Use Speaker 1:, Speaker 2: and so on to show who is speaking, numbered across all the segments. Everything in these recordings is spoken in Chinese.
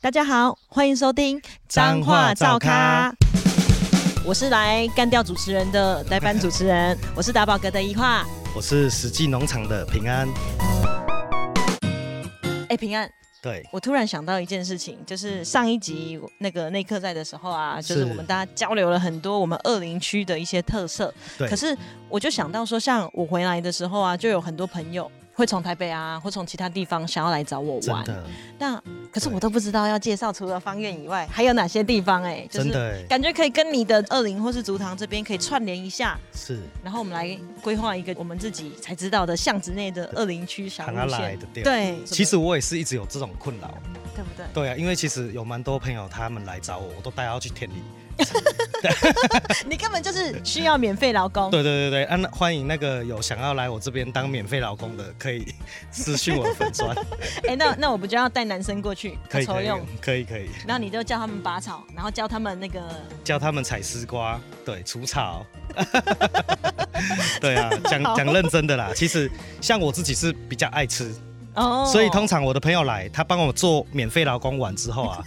Speaker 1: 大家好，欢迎收听《
Speaker 2: 脏话照咖》，
Speaker 1: 我是来干掉主持人的代班主持 人，我是打宝哥的一化。
Speaker 2: 我是实际农场的平安。
Speaker 1: 哎，平安，
Speaker 2: 对，
Speaker 1: 我突然想到一件事情，就是上一集那个内客在的时候啊，就是
Speaker 2: 是
Speaker 1: 我们大家交流了很多我们二林区的一些特色。
Speaker 2: 对
Speaker 1: 可是我就想到说，像我回来的时候啊，就有很多朋友会从台北啊，或从其他地方想要来找我
Speaker 2: 真
Speaker 1: 玩。
Speaker 2: 的，
Speaker 1: 那可是我
Speaker 2: 对
Speaker 1: 都不知道要介绍，除了方院以外，还有哪些地方、哎，就
Speaker 2: 真
Speaker 1: 是
Speaker 2: 的欸
Speaker 1: 感觉可以跟你的二林或是竹塘这边可以串联一下，
Speaker 2: 是
Speaker 1: 然后我们来规划一个我们自己才知道的巷子内的二林区小
Speaker 2: 唐阿
Speaker 1: 路
Speaker 2: 来
Speaker 1: 线。
Speaker 2: 的店。，
Speaker 1: 对，
Speaker 2: 啊其实我也是一直有这种困扰。
Speaker 1: 对不对？
Speaker 2: 对啊，因为其实有蛮多朋友他们来找我，我都带他去田里。
Speaker 1: 你根本就是需要免费劳工。
Speaker 2: 对对对对，啊，那欢迎那个有想要来我这边当免费老公的，可以私信我 粉砖，
Speaker 1: 哎、那那我不就要带男生过去
Speaker 2: 可以
Speaker 1: 筹
Speaker 2: 可以
Speaker 1: 用？
Speaker 2: 可以可以，
Speaker 1: 然后你就叫他们拔草，然后教他们那个，
Speaker 2: 教他们采丝瓜，对，除 草。对啊，讲
Speaker 1: 好
Speaker 2: 讲认真的啦。其实像我自己是比较爱吃，
Speaker 1: 哦
Speaker 2: 所以通常我的朋友来，他帮我做免费劳工完之后 啊，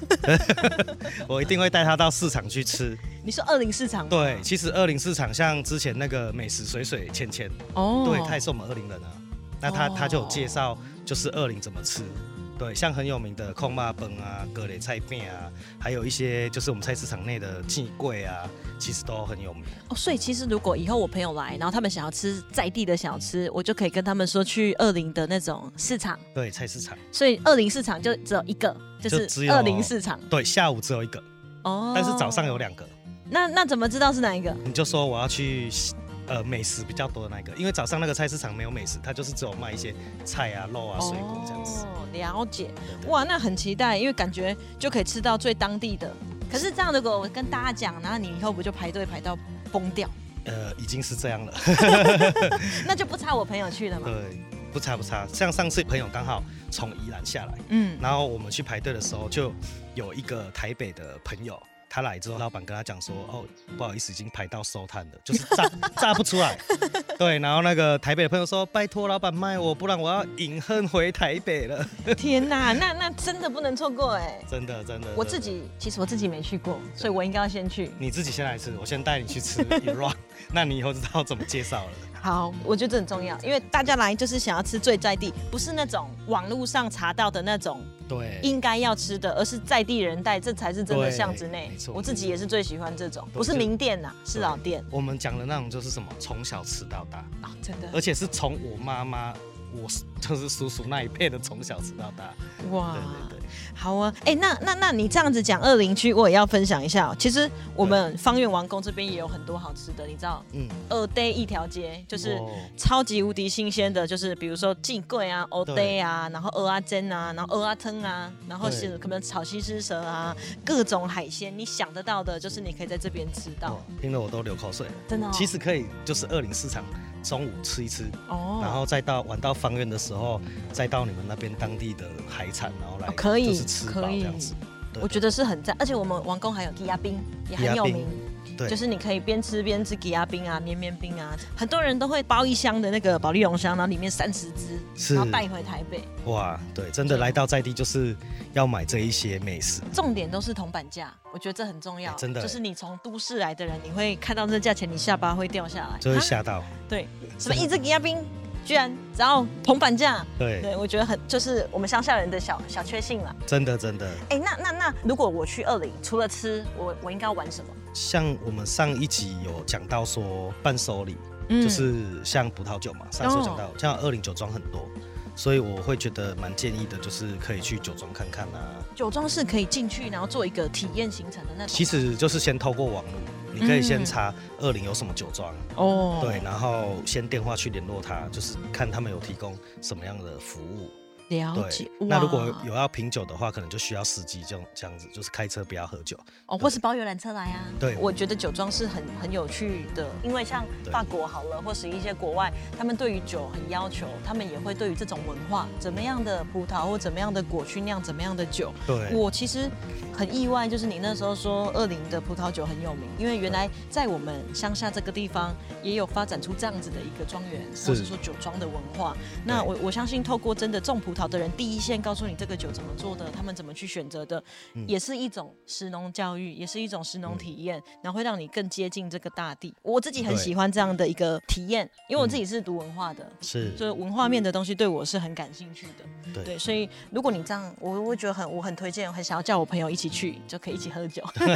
Speaker 2: 我一定会带他到市场去吃。
Speaker 1: 你说二零市场吗
Speaker 2: 对，其实二零市场像之前那个美食水水芊芊，
Speaker 1: 哦
Speaker 2: 对，他也是我们二零人啊。那他
Speaker 1: 哦
Speaker 2: 他就有介绍就是二零怎么吃。对，像很有名的控麻本啊、格雷菜饼啊，还有一些就是我们菜市场内的季柜啊，其实都很有名。
Speaker 1: 哦，所以其实如果以后我朋友来，然后他们想要吃在地的小吃，我就可以跟他们说去二零的那种市场，
Speaker 2: 对，菜市场，
Speaker 1: 所以二零市场就只有一个，就
Speaker 2: 就只
Speaker 1: 是
Speaker 2: 有
Speaker 1: 二零市场
Speaker 2: 对，下午只有一个，
Speaker 1: 哦。
Speaker 2: 但是早上有，两个。
Speaker 1: 那那怎么知道是哪一个？
Speaker 2: 你就说我要去呃美食比较多的那个，因为早上那个菜市场没有美食，它就是只有卖一些菜啊、肉啊、水果这样子。
Speaker 1: 哦，了解，
Speaker 2: 对对
Speaker 1: 哇，那很期待，因为感觉就可以吃到最当地的。可是这样，如果我跟大家讲，然后你以后不就排队排到崩掉，
Speaker 2: 呃，已经是这样了。呃
Speaker 1: 那就不差我朋友去了嘛。
Speaker 2: 对，不差不差。像上次朋友刚好从宜兰下来，
Speaker 1: 嗯，
Speaker 2: 然后我们去排队的时候，就有一个台北的朋友。他来之后，老板跟他讲说：“哦，不好意思，已经排到收摊了，就是炸 炸不出来。”对，然后那个台北的朋友说：“拜托老板卖我，不然我要隐恨回台北了。
Speaker 1: 嗯天哪，那那真的不能错过哎”。
Speaker 2: 真的，真的。
Speaker 1: 我
Speaker 2: 真
Speaker 1: 自
Speaker 2: 的
Speaker 1: 己其实我自己没去过，所以我应该要先去。
Speaker 2: 你自己先来吃，我先带你去吃一 r o 那你以后知道怎么介绍了。
Speaker 1: 好，我觉得这很重要，因为大家来就是想要吃最在地，不是那种网络上查到的那种
Speaker 2: 对，
Speaker 1: 应该要吃的，而是在地人带，这才是真的巷子内
Speaker 2: 对没。错
Speaker 1: 我自己也是最喜欢这种，
Speaker 2: 对
Speaker 1: 不是名店呐、是老店
Speaker 2: 我们讲的那种就是什么，从小吃到大，
Speaker 1: 啊、真的
Speaker 2: 而且是从我妈妈，我就是叔叔那一辈的从小吃到大。
Speaker 1: 哇
Speaker 2: 对对对，
Speaker 1: 好啊，哎、那那那你这样子讲二林区，我也要分享一下、哦。其实我们方圆王宫这边也有很多好吃的，你知道，
Speaker 2: 嗯，哦
Speaker 1: 二 day 一条街就是。
Speaker 2: 哇
Speaker 1: 超级无敌新鲜的，就是比如说进柜啊、欧day 啊，然后鹅啊煎啊，然后鹅啊汤啊，然后是
Speaker 2: 对
Speaker 1: 可能炒西施蛇啊，各种海鲜，你想得到的，就是你可以在这边吃到
Speaker 2: 哇，听得我都流口水了。
Speaker 1: 真的哦、
Speaker 2: 哦其实可以，就是二零市场中午吃一吃，
Speaker 1: 哦，
Speaker 2: 然后再到晚到方院的时候，再到你们那边当地的海产，然后来
Speaker 1: 哦可以
Speaker 2: 就是吃饱
Speaker 1: 可以
Speaker 2: 这样子。对
Speaker 1: 我觉得是很赞，而且我们王宫还有吉亚冰也很有
Speaker 2: 吉
Speaker 1: 名
Speaker 2: 亚。对
Speaker 1: 就是你可以边吃边吃吉亚冰啊、绵绵冰啊，很多人都会包一箱的那个保利龙箱，然后里面三十只，
Speaker 2: 是
Speaker 1: 然后带回台北。
Speaker 2: 哇，对，真的来到在地就是要买这一些美食。
Speaker 1: 重点都是铜板价，我觉得这很重要。
Speaker 2: 哎真的
Speaker 1: 就是你从都市来的人，你会看到这价钱，你下巴会掉下来。
Speaker 2: 就会
Speaker 1: 啊
Speaker 2: 吓到。
Speaker 1: 对，什么一只吉亚冰，居然只要铜板价。
Speaker 2: 对，
Speaker 1: 对，我觉得很就是我们乡下人的小小确幸啦。
Speaker 2: 真的真的，
Speaker 1: 哎，那那那，如果我去二林，除了吃，我我应该要玩什么？
Speaker 2: 像我们上一集有讲到说伴手礼，
Speaker 1: 嗯哦
Speaker 2: 就是像葡萄酒嘛，上次有讲到，像二零酒庄很多，所以我会觉得蛮建议的，就是可以去酒庄看看啊。
Speaker 1: 酒庄是可以进去，然后做一个体验行程的那种。
Speaker 2: 其实就是先透过网络，你可以先查二零有什么酒庄，
Speaker 1: 嗯哦
Speaker 2: 对，，然后先电话去联络他，就是看他们有提供什么样的服务。
Speaker 1: 了解
Speaker 2: 对。，那如果
Speaker 1: 哇哦
Speaker 2: 有要品酒的话，可能就需要司机这样这样子，就是开车不要喝酒。
Speaker 1: 哦，或是包游览车来啊。
Speaker 2: 对
Speaker 1: 我觉得酒庄是很很有趣的，因为像
Speaker 2: 对
Speaker 1: 法国好了，或是一些国外，他们对于酒很要求，他们也会对于这种文化，怎么样的葡萄或怎么样的果去酿怎么样的酒。
Speaker 2: 对，
Speaker 1: 我其实很意外，就是你那时候说二林的葡萄酒很有名，因为原来在我们乡下这个地方也有发展出这样子的一个庄园，
Speaker 2: 是
Speaker 1: 或是说酒庄的文化。那我我相信透过真的种葡桃的人第一线告诉你这个酒怎么做的，他们怎么去选择的，
Speaker 2: 嗯
Speaker 1: 也是一种食农教育，也是一种食农体验，然后会让你更接近这个大地。我自己很
Speaker 2: 嗯对嗯
Speaker 1: 喜欢这样的一个体验，因为我自己是读文化的，
Speaker 2: 是
Speaker 1: 所以文化面
Speaker 2: 嗯
Speaker 1: 的东西对我是很感兴趣的。
Speaker 2: 对
Speaker 1: 对，所以如果你这样，我我会觉得很我很推荐，我很想要叫我朋友一起去，就可以一起喝酒。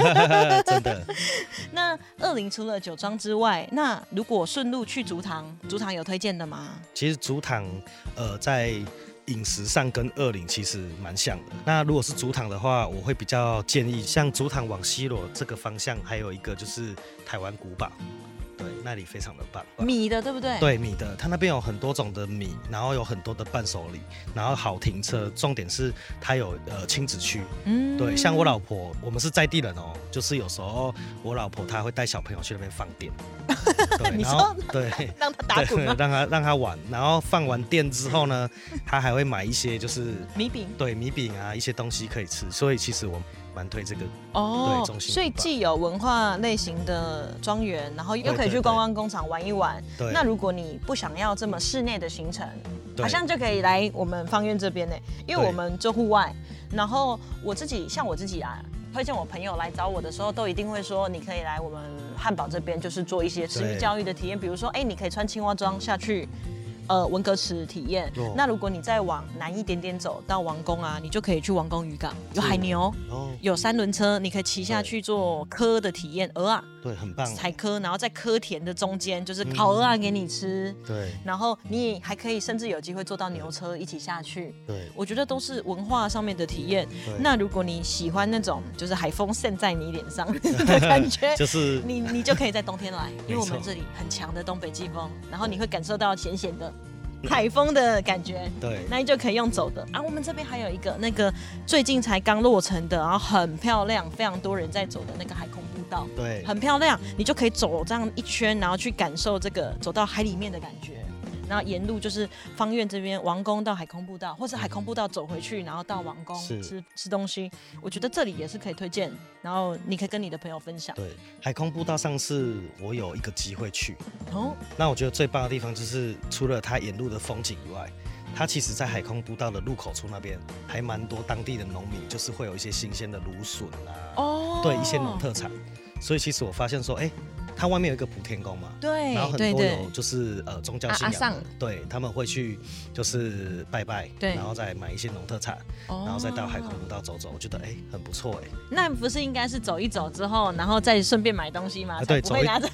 Speaker 2: 真的，
Speaker 1: 那二林除了酒庄之外，那如果顺路去竹塘，竹塘有推荐的吗？
Speaker 2: 其实竹塘呃在饮食上跟二林其实蛮像的。那如果是竹塘的话，我会比较建议像竹塘往西罗这个方向，还有一个就是台湾古堡，对，那里非常的棒。
Speaker 1: 米的，对不对？。
Speaker 2: 对米的，它那边有很多种的米，然后有很多的伴手礼，然后好停车，重点是它有呃亲子区，
Speaker 1: 嗯
Speaker 2: 对，像我老婆，我们是在地人哦，就是有时候我老婆她会带小朋友去那边放 电，对，
Speaker 1: 你
Speaker 2: 然
Speaker 1: 说
Speaker 2: 后 对。
Speaker 1: 嗯让他打滚
Speaker 2: 对
Speaker 1: 吗？
Speaker 2: 让她让她玩，然后放完电之后呢， 她还会买一些就是
Speaker 1: 米饼
Speaker 2: 对米饼啊一些东西可以吃，所以其实我蛮推这个，
Speaker 1: 哦
Speaker 2: 对，中心
Speaker 1: 所以
Speaker 2: 古堡
Speaker 1: 既有文化类型的庄园，然后又
Speaker 2: 对
Speaker 1: 可以
Speaker 2: 对
Speaker 1: 去
Speaker 2: 对
Speaker 1: 观光工厂玩一玩。
Speaker 2: 对，
Speaker 1: 那如果你不想要这么室内的行程，
Speaker 2: 对
Speaker 1: 好像就可以来我们方院这边呢，因为
Speaker 2: 对
Speaker 1: 我们做户外。然后我自己像我自己啊，推荐我朋友来找我的时候，都一定会说你可以来我们汉堡这边，就是做一些吃
Speaker 2: 对
Speaker 1: 教育的体验，比如说，哎，你可以穿青蛙装下去。呃，文革池体验。
Speaker 2: 哦
Speaker 1: 那如果你再往南一点点走到王宫啊，你就可以去王宫渔港，有
Speaker 2: 是
Speaker 1: 海牛，
Speaker 2: 哦
Speaker 1: 有三轮车，你可以骑下
Speaker 2: 对嗯
Speaker 1: 去做科的体验，鹅啊
Speaker 2: 对很棒，
Speaker 1: 采科，然后在科田的中间就是
Speaker 2: 嗯
Speaker 1: 烤鹅啊给你吃，
Speaker 2: 对
Speaker 1: 然后你也还可以甚至有机会坐到牛车一起下去。
Speaker 2: 对
Speaker 1: 我觉得都是文化上面的体验。
Speaker 2: 对，
Speaker 1: 那如果你喜欢那种就是海风扇在你脸上 的感觉，
Speaker 2: 就是
Speaker 1: 你你就可以在冬天来，因为我们
Speaker 2: 没错
Speaker 1: 这里很强的东北季风，然后你会感受到咸咸的
Speaker 2: 嗯
Speaker 1: 海风的感觉。
Speaker 2: 对
Speaker 1: 那你就可以用走的啊！我们这边还有一个那个最近才刚落成的，然后很漂亮，非常多人在走的那个海空步道，
Speaker 2: 对
Speaker 1: 很漂亮。你就可以走这样一圈，然后去感受这个走到海里面的感觉。然后沿路就是方院这边王宫到海空步道，或是海空步道走回去，然后到王宫
Speaker 2: 是
Speaker 1: 吃吃东西。我觉得这里也是可以推荐，然后你可以跟你的朋友分享。
Speaker 2: 对，海空步道上次我有一个机会去，
Speaker 1: 哦，
Speaker 2: 那我觉得最棒的地方就是，除了它沿路的风景以外，它其实在海空步道的入口处那边还蛮多当地的农民，就是会有一些新鲜的芦笋啊，
Speaker 1: 哦
Speaker 2: 对，一些农特产。所以其实我发现说，哎、它外面有一个普天宫嘛，
Speaker 1: 对
Speaker 2: 然后很
Speaker 1: 对
Speaker 2: 多
Speaker 1: 对
Speaker 2: 有就是呃宗教信
Speaker 1: 阿
Speaker 2: 仰的，
Speaker 1: 上
Speaker 2: 对他们会去就是拜拜，
Speaker 1: 对
Speaker 2: 然后再买一些农特产，
Speaker 1: 哦
Speaker 2: 然后再到海空步道走走，我觉得哎、很 不错哎、
Speaker 1: 那不是应该是走一走之后，然后再顺便买东西吗？
Speaker 2: 啊对，
Speaker 1: 才不
Speaker 2: 走
Speaker 1: 会
Speaker 2: 一，
Speaker 1: 拿着。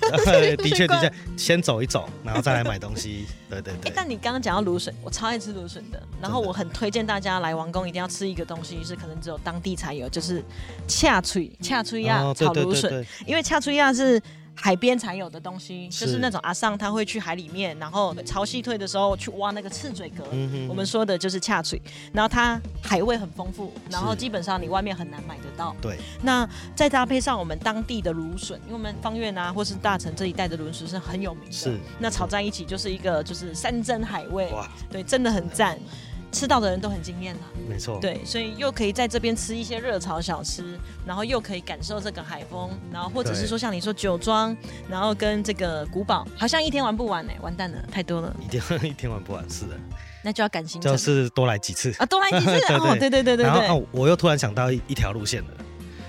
Speaker 2: 的确的
Speaker 1: 惯
Speaker 2: 确，先走一走，然后再来买 东西，对对对
Speaker 1: 诶，哎但你刚刚讲到芦笋，我超爱吃芦笋的。然后
Speaker 2: 真的
Speaker 1: 我很推荐大家来王宫一定要吃一个东西，是可能只有当地才有，就是恰脆恰脆亚
Speaker 2: 哦对
Speaker 1: 炒
Speaker 2: 对
Speaker 1: 芦
Speaker 2: 对
Speaker 1: 笋，
Speaker 2: 对
Speaker 1: 因为恰脆亚是。海边才有的东西，
Speaker 2: 是
Speaker 1: 就是那种阿尚他会去海里面，然后潮汐退的时候去挖那个刺嘴蛤，
Speaker 2: 嗯哼
Speaker 1: 我们说的就是恰脆，然后它海味很丰富，然后基本上你外面很难买得到。
Speaker 2: 对，
Speaker 1: 那再搭配上我们当地的芦笋，因为我们方院啊，或是大城这一带的芦笋是很有名的。
Speaker 2: 是
Speaker 1: 那炒在一起就是一个就是山珍海味，
Speaker 2: 哇，
Speaker 1: 对，真的很赞，吃到的人都很惊艳啦。
Speaker 2: 没错，
Speaker 1: 对，所以又可以在这边吃一些热炒小吃，然后又可以感受这个海风，然后或者是
Speaker 2: 对
Speaker 1: 说像你说酒庄，然后跟这个古堡，好像一天玩不完呢、欸完蛋了，太多了，
Speaker 2: 一定一天 玩不完，是的，
Speaker 1: 那就要赶行程、
Speaker 2: 就是多来几次。
Speaker 1: 啊，多来几次 哦，对对对对
Speaker 2: 然
Speaker 1: 对，
Speaker 2: 后哦，我又突然想到一一条路线了，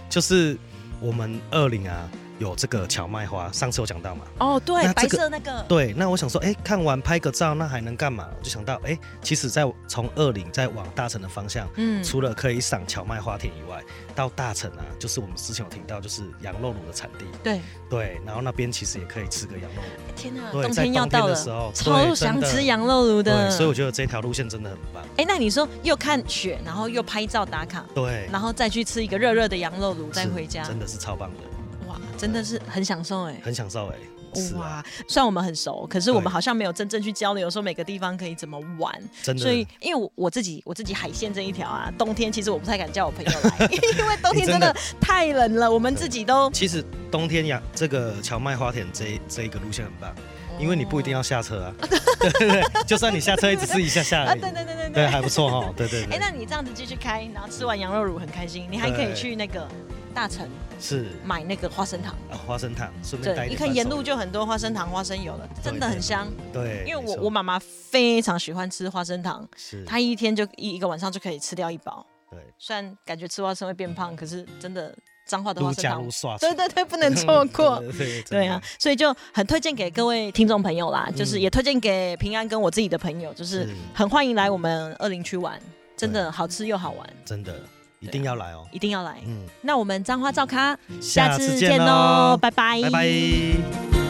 Speaker 2: 就是我们二零啊有这个荞麦花，上次有讲到嘛。
Speaker 1: 哦对，
Speaker 2: 那这个
Speaker 1: 白色那个，
Speaker 2: 对，那我想说，哎，看完拍个照，那还能干嘛？我就想到，哎，其实在从二零再往大城的方向，
Speaker 1: 嗯
Speaker 2: 除了可以赏荞麦花田以外，到大城啊，就是我们之前有提到，就是羊肉卤的产地，
Speaker 1: 对，
Speaker 2: 对，然后那边其实也可以吃个羊肉卤，
Speaker 1: 天呐，
Speaker 2: 对
Speaker 1: 冬
Speaker 2: 在
Speaker 1: 天要
Speaker 2: 冬天
Speaker 1: 到
Speaker 2: 的
Speaker 1: 了，
Speaker 2: 时候
Speaker 1: 超
Speaker 2: 对
Speaker 1: 想
Speaker 2: 真的
Speaker 1: 吃羊肉炉的。
Speaker 2: 对，所以我觉得这条路线真的很棒，
Speaker 1: 哎、那你说又看雪，然后又拍照打卡，
Speaker 2: 对，
Speaker 1: 然后再去吃一个热热的羊肉炉，再
Speaker 2: 是
Speaker 1: 回家，
Speaker 2: 真的是超棒的，
Speaker 1: 哇，真的是很享受哎、
Speaker 2: 很享受哎、是啊，
Speaker 1: 哇，虽然我们很熟，可是我们
Speaker 2: 对
Speaker 1: 好像没有真正去交流，说每个地方可以怎么玩。
Speaker 2: 真的，
Speaker 1: 所以，因为我我自己我自己海鲜这一条啊，冬天其实我不太敢叫我朋友来， 因为冬天真的
Speaker 2: 真
Speaker 1: 太冷了，我们自己都
Speaker 2: 其实冬天呀，这个荞麦花田这一这一个路线很棒，因为你不一定要下车啊，对对对，就算你下车也只是一下下
Speaker 1: 啊，
Speaker 2: 而已，
Speaker 1: 对对对对
Speaker 2: 对，还不错哈，对对
Speaker 1: 哎、
Speaker 2: 对，
Speaker 1: 那你这样子继续开，然后吃完羊肉乳很开心，你还可以
Speaker 2: 对
Speaker 1: 去那个大城
Speaker 2: 是
Speaker 1: 买那个花生糖。
Speaker 2: 啊，花生糖，顺便带
Speaker 1: 对，
Speaker 2: 一
Speaker 1: 你
Speaker 2: 点
Speaker 1: 看
Speaker 2: 伴
Speaker 1: 沿
Speaker 2: 手
Speaker 1: 路
Speaker 2: 礼
Speaker 1: 就很多花生糖、花生油了，真的很香。
Speaker 2: 对，
Speaker 1: 因为
Speaker 2: 没
Speaker 1: 我
Speaker 2: 错
Speaker 1: 我妈妈非常喜欢吃花生糖，
Speaker 2: 是
Speaker 1: 她一天就一一个晚上就可以吃掉一包。
Speaker 2: 对
Speaker 1: 虽然感觉吃花生会变胖，可是真的脏话的花
Speaker 2: 如
Speaker 1: 生
Speaker 2: 加
Speaker 1: 糖
Speaker 2: 如，刷，
Speaker 1: 对对对，不能错过。
Speaker 2: 对对 真
Speaker 1: 对
Speaker 2: 的
Speaker 1: 啊，所以就很推荐给各位听众朋友啦，
Speaker 2: 嗯
Speaker 1: 就是也推荐给平安跟我自己的朋友，就是
Speaker 2: 是
Speaker 1: 很欢迎来我们二林区玩，真的好吃又好玩，
Speaker 2: 真的一定要来哦。
Speaker 1: 一定要来。
Speaker 2: 嗯，
Speaker 1: 那我们彰花照咖，
Speaker 2: 下
Speaker 1: 次
Speaker 2: 次
Speaker 1: 见
Speaker 2: 见
Speaker 1: 喽
Speaker 2: 喽，
Speaker 1: 拜拜，
Speaker 2: 拜拜。